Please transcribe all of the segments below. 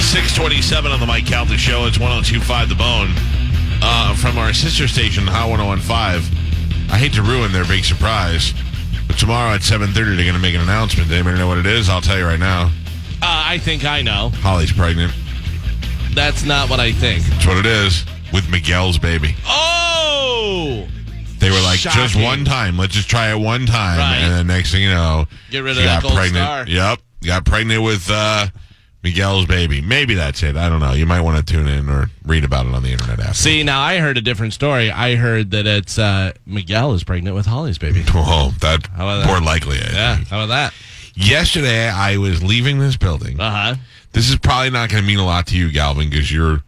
627 on the Mike Calta Show. It's 1025 The Bone uh, from our sister station, Hot 1015. I hate to ruin their big surprise, but tomorrow at 7.30 they're going to make an announcement. Does anybody know what it is? I'll tell you right now. Uh, I think I know. Holly's pregnant. That's not what I think. That's what it is with Miguel's baby. Oh! They were like, just Shocking. one time. Let's just try it one time. Right. And then next thing you know, Get rid she of got that gold pregnant. star. Yep. Got pregnant with uh, Miguel's baby. Maybe that's it. I don't know. You might want to tune in or read about it on the internet after. See, now I heard a different story. I heard that it's uh, Miguel is pregnant with Holly's baby. Oh, that How about that? more likely. I Yeah, think. how about that? Yesterday, I was leaving this building. Uh huh. this is probably not going to mean a lot to you, Galvin, because you're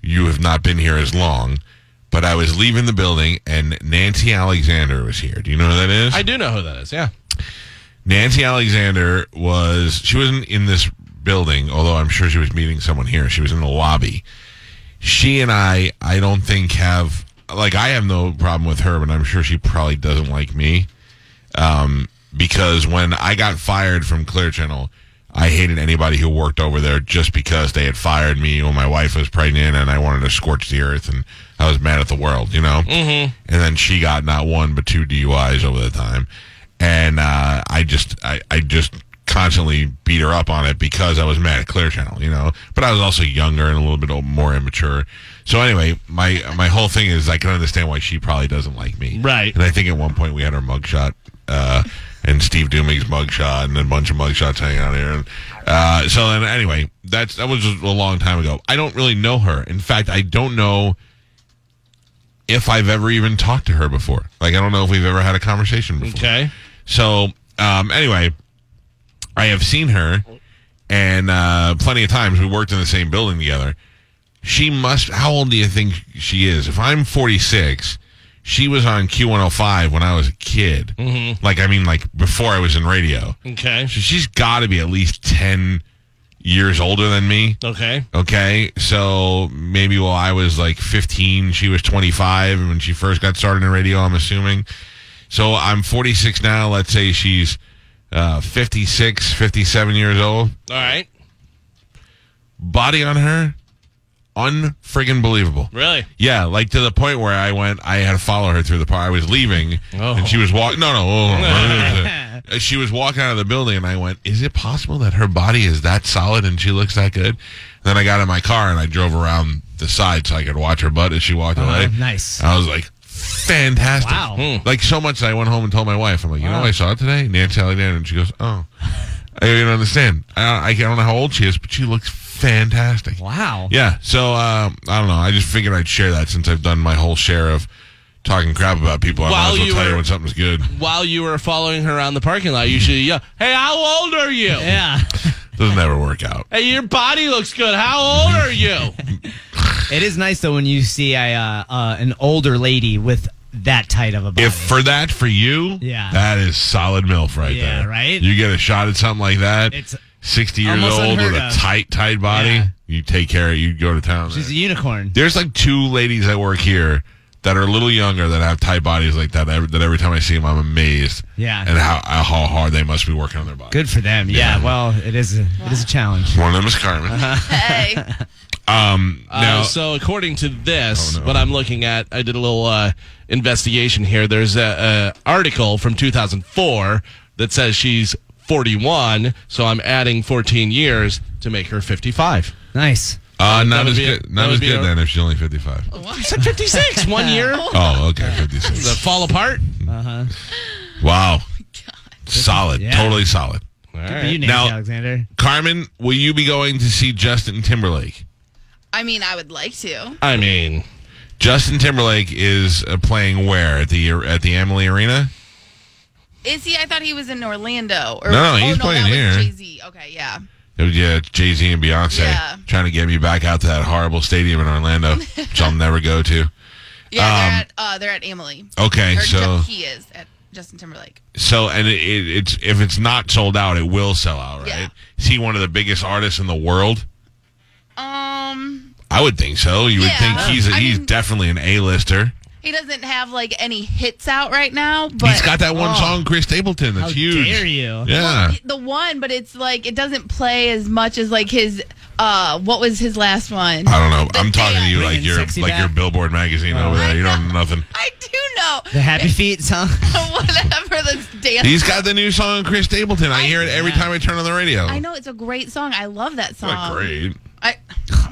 you have not been here as long. But I was leaving the building, and Nancy Alexander was here. Do you know who that is? I do know who that is, yeah. Nancy Alexander was she wasn't in this building, although I'm sure she was meeting someone here. She was in the lobby. She and I, I don't think have like I have no problem with her, but I'm sure she probably doesn't like me. Um, because when I got fired from Clear Channel, I hated anybody who worked over there just because they had fired me when my wife was pregnant and I wanted to scorch the earth and I was mad at the world, you know? Mm-hmm. And then she got not one but two DUIs over the time. And uh, I just, I, I just constantly beat her up on it because I was mad at Clear Channel, you know? But I was also younger and a little bit more immature. So anyway, my, my whole thing is I can understand why she probably doesn't like me. Right. And I think at one point we had our mugshot uh, and Steve Dooming's mugshot and a bunch of mugshots hanging out here. And, uh, so then, anyway, that's that was a long time ago. I don't really know her. In fact, I don't know if I've ever even talked to her before. Like, I don't know if we've ever had a conversation before. Okay. So, um, anyway, I have seen her and uh, plenty of times. We worked in the same building together. She must. How old do you think she is? If I'm 46, she was on Q105 when I was a kid. Mm-hmm. Like, I mean, like before I was in radio. Okay. So she's got to be at least 10 years older than me. Okay. Okay, so maybe while I was like 15, she was 25 when she first got started in radio, I'm assuming. So I'm 46 now. Let's say she's uh, 56, 57 years old. All right. Body on her, unfriggin' believable. Really? Yeah, like to the point where I went, I had to follow her through the park. I was leaving, Oh. and she was walking. No, no, oh, no. she was walking out of the building, and I went, "Is it possible that her body is that solid and she looks that good?" then I got in my car and I drove around the side so I could watch her butt as she walked away. Oh, nice. I was like, "Fantastic!" Wow. Hmm. Like so much, that I went home and told my wife, "I'm like, you know, Wow. I saw it today, Nancy Alexander," and she goes, "Oh, I don't understand. I, I don't know how old she is, but she looks fantastic." Wow. Yeah. So um, I don't know. I just figured I'd share that since I've done my whole share of talking crap about people. I While might as well you tell were- you when something's good. While you were following her around the parking lot, you should yell, Hey, how old are you? Yeah. Doesn't ever work out. Hey, your body looks good. How old are you? It is nice though when you see a uh, uh, an older lady with that tight of a body. If for that for you, Yeah. that is solid milf right Yeah, there. right? You get a shot at something like that. It's sixty years almost old with unheard a of. tight, tight body. Yeah. You take care. of it. You go to town. she's e- there. a unicorn. There's like two ladies that work here that are a little younger that have tight bodies like that. Every, that every time I see them, I'm amazed. Yeah. and how how hard they must be working on their body. Good for them. Yeah. Well, it is. A, It is a challenge. One of them is Carmen. Uh-huh. Hey. Um, Uh, now, Oh, so according to this, no. what I'm looking at, I did a little uh, investigation here. There's a, a article from 2004 that says she's 41, so I'm adding 14 years to make her 55. Nice. Uh, not would as be- good. that Not would as be good a- then if she's only fifty-five. You said 56, one year. Oh, okay, The fifty-six. fall apart. wow, solid, Yeah. totally solid. All Good for right. you, Nancy Now- Alexander. Carmen, will you be going to see Justin Timberlake? I mean, I would like to. I mean, Justin Timberlake is uh, playing where at the at the Emily Arena? Is he? I thought he was in Orlando. Or, No, no, he's oh, playing no, here. Jay Z. Okay, yeah. It was, Oh, yeah, Jay Z and Beyonce Yeah. trying to get me back out to that horrible stadium in Orlando, which I'll never go to. Um, Yeah, they're at uh, they're at Emily. Okay, Or so Jeff- he is at Justin Timberlake. So, and it, it, it's if it's not sold out, it will sell out, right? Yeah. Is he one of the biggest artists in the world? Um, I would think so. You would Yeah. think he's a, I he's mean- definitely an A-lister. he doesn't have like any hits out right now, but he's got that one Oh. song, Chris Stapleton. That's How huge. dare you. Yeah. the one, but it's like it doesn't play as much as like his uh, what was his last one? I don't know. I'm talking day to you I- like Bringing you're like sexy your back. Billboard magazine over there. You don't know nothing. I do know. The happy feet song. Whatever that's dance. He's got the new song Chris Stapleton. I hear it every Yeah. time I turn on the radio. I know it's a great song. I love that Not song. great. I,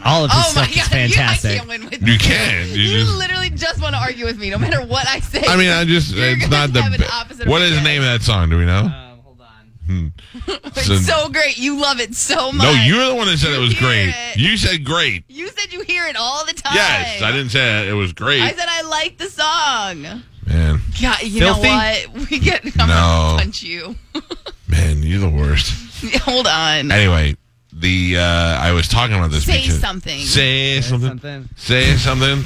All of his oh my stuff god, is fantastic. You, I can't win with You can. You You, just- literally just want to argue with me, no matter what I say. I mean, I just You're it's gonna not the have an be- opposite what is the opinion. name of that song? Do we Uh, know? um, hold on. it's so great. You love it so much. no, you're the one that said it was hear great. it. You said great. You said you hear it all the time. Yes, I didn't say that. it was great. I said I like the song. man, God, you Filthy? know what? We get. I'm No. gonna punch you. man, you're the worst. Hold on. Anyway, the uh, I was talking about this. Say because- something. Say something. Something. Say something.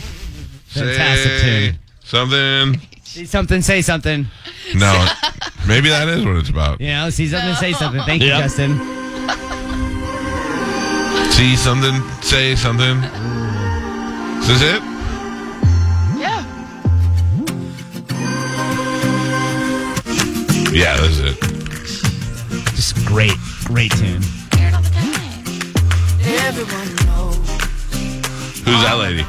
Fantastic Say tune. Something. See something, say something. No, maybe that is what it's about. You know, see something, say something. Thank Yeah. you, Justin. See something, say something. Is this it? Yeah. Yeah, this is it. Just great, great tune. Hear it all the time. Who's that lady?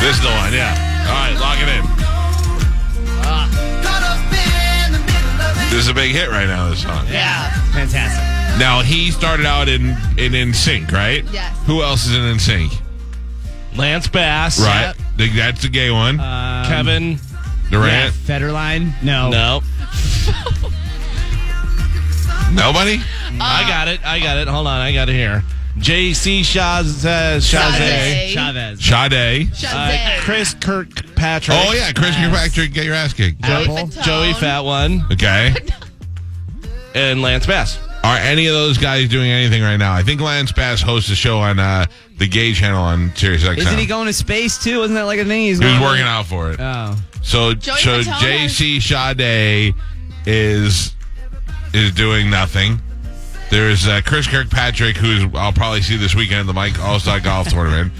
This is the one, yeah. All right, lock it in. This is a big hit right now. This song. Yeah. Fantastic. Now he started out in in in sync, right? Yes. Who else is in in sync? Lance Bass, Right. Think That's the gay one. Um, Kevin, Durant. Federline? No. no, Nobody. I got it, I got it. Hold on, I got it here. J.C. Shaz, uh, Shazay, Chavez. Shazay. Sade. uh, Shazay. Chris Kirkpatrick, Oh yeah, Chris Kirkpatrick, get your ass kicked. Joey Joey, Fatone. Joey Fat One, Okay. and Lance Bass. Are any of those guys doing anything right now? I think Lance Bass hosts a show on uh, the Gay Channel on Sirius XM. Isn't he going to space too? Isn't that like a thing? He's, He was going- working out for it. Oh. So Joey so Fatone. JC Sade is is doing nothing. There's uh, Chris Kirkpatrick, who's I'll probably see this weekend at the Mike All Star Golf Tournament.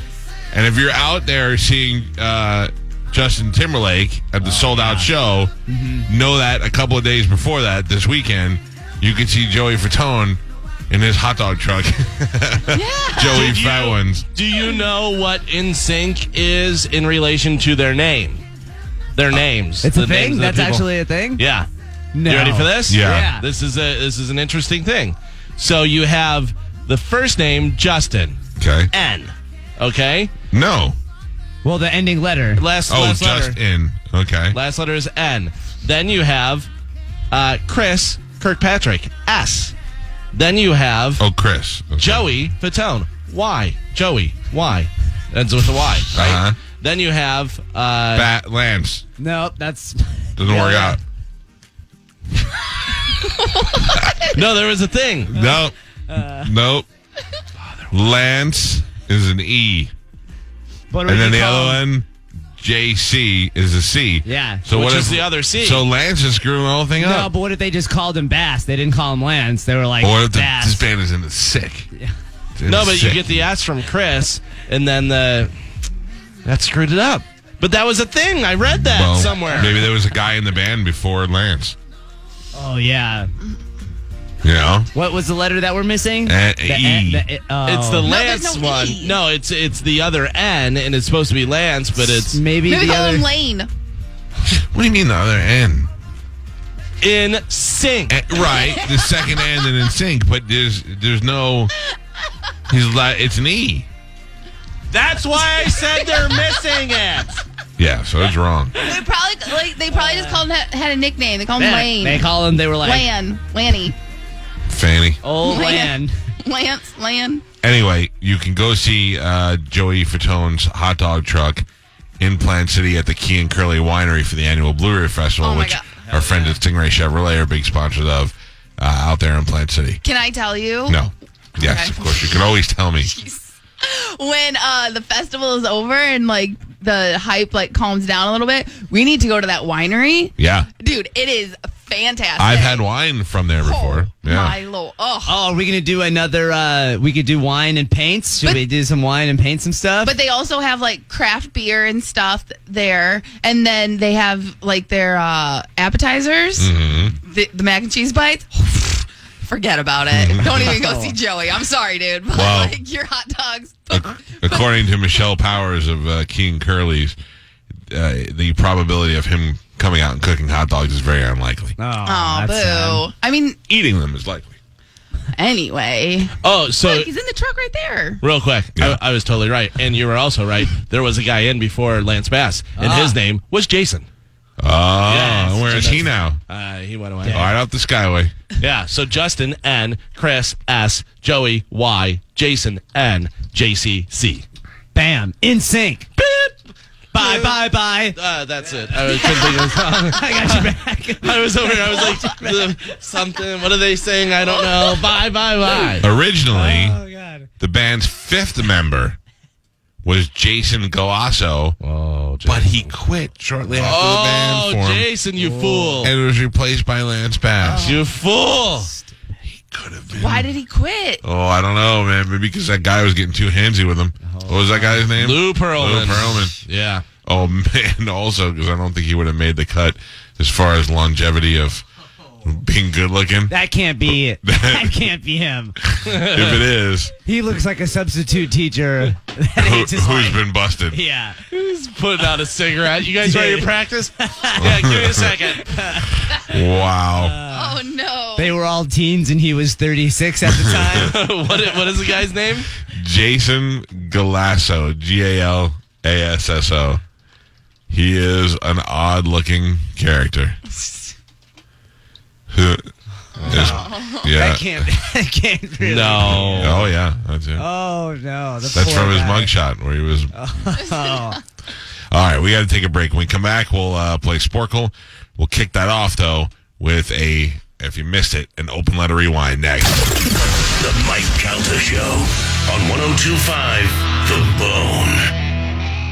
And if you're out there seeing uh, Justin Timberlake at Oh, the sold out show, Mm-hmm. know that a couple of days before that, this weekend, you can see Joey Fatone in his hot dog truck. Joey Did you- Fat Ones. Do you know what NSYNC is in relation to their name? Their names. Uh, It's The a thing? names of the That's people. actually a thing? Yeah. No. You ready for this? Yeah. Yeah. This is a this is an interesting thing. So you have the first name Justin Okay. N. Okay. No. Well, the ending letter. Last Oh, last just letter. in. Okay. Last letter is N. Then you have uh, Chris Kirkpatrick S. Then you have Oh, Chris. Okay. Joey Fatone. Why? Joey. Why? Ends with a Y. Uh. Right? Uh-huh. Then you have uh, Bat Lance. Nope, that's. Doesn't work Yeah. out. no. There was a thing. Nope. uh. nope. Lance is an E. What And then the other one, JC, is a C. Yeah. So Which what is if- the other C. So Lance is screwing the whole thing No, up. but what if they just called him Bass? They didn't call him Lance. They were like, Or if the, this Bass. band is in the sick. It's in No, the but you sick. get the S from Chris, and then the that screwed it up. But that was a thing. I read that Well, somewhere. Maybe there was a guy in the band before Lance. Oh, yeah. You know? What was the letter that we're missing? Uh, the E. the- oh. It's the there's Lance no one. E. No, it's it's the other N, and it's supposed to be Lance, but it's Maybe, Maybe the call other. him Lane. What do you mean the other N? in sync. Eh, right, the second N and in sync, but there's there's no. He's like it's an E. That's why I said they're missing it. Yeah, so it's wrong. They probably like they probably just called him had a nickname. They call him Yeah, Lane. They call him, they were like, Lan. Lanny. Fanny. Old Lan. Lan. Lance. Lan. Anyway, you can go see uh, Joey Fatone's hot dog truck in Plant City at the Key and Curly Winery for the annual Blueberry Festival, Oh my which God. our friends at Stingray Chevrolet are big sponsors of uh, out there in Plant City. Can I tell you? No. Yes, Okay. of course. You can always tell me. When uh, the festival is over and like the hype like calms down a little bit, we need to go to that winery. Yeah. Dude, it is fantastic. I've had wine from there before. Oh, My Yeah. lord. Oh. Oh, are we gonna do another? uh We could do wine and paints. Should But- we do some wine and paint some stuff? But they also have like craft beer and stuff there, and then they Mm-hmm. have like their uh, appetizers, the, the mac and cheese bites. forget about Mm-hmm. it. Don't even go see Joey. I'm sorry, dude. But Wow. like your hot dogs. According to Michelle Powers of uh, King Curly's, uh, the probability of him coming out and cooking hot dogs is very unlikely. Oh, Oh, that's boo. sad. I mean, Eating them is likely. anyway. Oh, so Look, he's in the truck right there. Real quick, Yeah. I, I was totally right, and you were also right. There was a guy in before Lance Bass, and his name was Jason. Oh, where is he now? Uh, he went away. Right out the Skyway. Yeah. So Justin N, Chris S, Joey Y, Jason N, JC C. Bam. In sync. Beep. Bye, bye, bye. Uh, that's it. I was, couldn't think of the song. I got you back. I was over. here, I was like the- something. What are they saying? I don't know. Bye, bye, bye. Originally, Ah. oh, God. the band's fifth member was Jason Galasso, Oh, but he quit shortly after Oh, the band formed Jason, you fool! and was replaced by Lance Bass. You fool! Oh. Could have been. Why did he quit? Oh, I don't know, man. Maybe because that guy was getting too handsy with him. Oh. What was that guy's name? Lou Lou Pearlman. Pearlman. Yeah. Oh man, also because I don't think he would have made the cut as far as longevity of being good looking. That can't be it. That can't be him. If it is, He looks like a substitute teacher. That who, ain't his has life. been busted? Yeah. putting out a cigarette. You guys ready to practice? yeah, give me a second. Wow. oh no. They were all teens and he was 36 at the time. what, i- what is the guy's name? Jason Galasso, G A L A S S O. He is an odd looking character. Who- is- yeah. Oh. That can't, that can't really. No. Oh yeah, that's it. Oh, no. The That's poor from his guy. mugshot where he was. Oh. All right, we got to take a break. When we come back, we'll uh, play Sporkle. We'll kick that off though with a, if you missed it, an open letter rewind next. The Mike Calta Show on 1025 The Bone.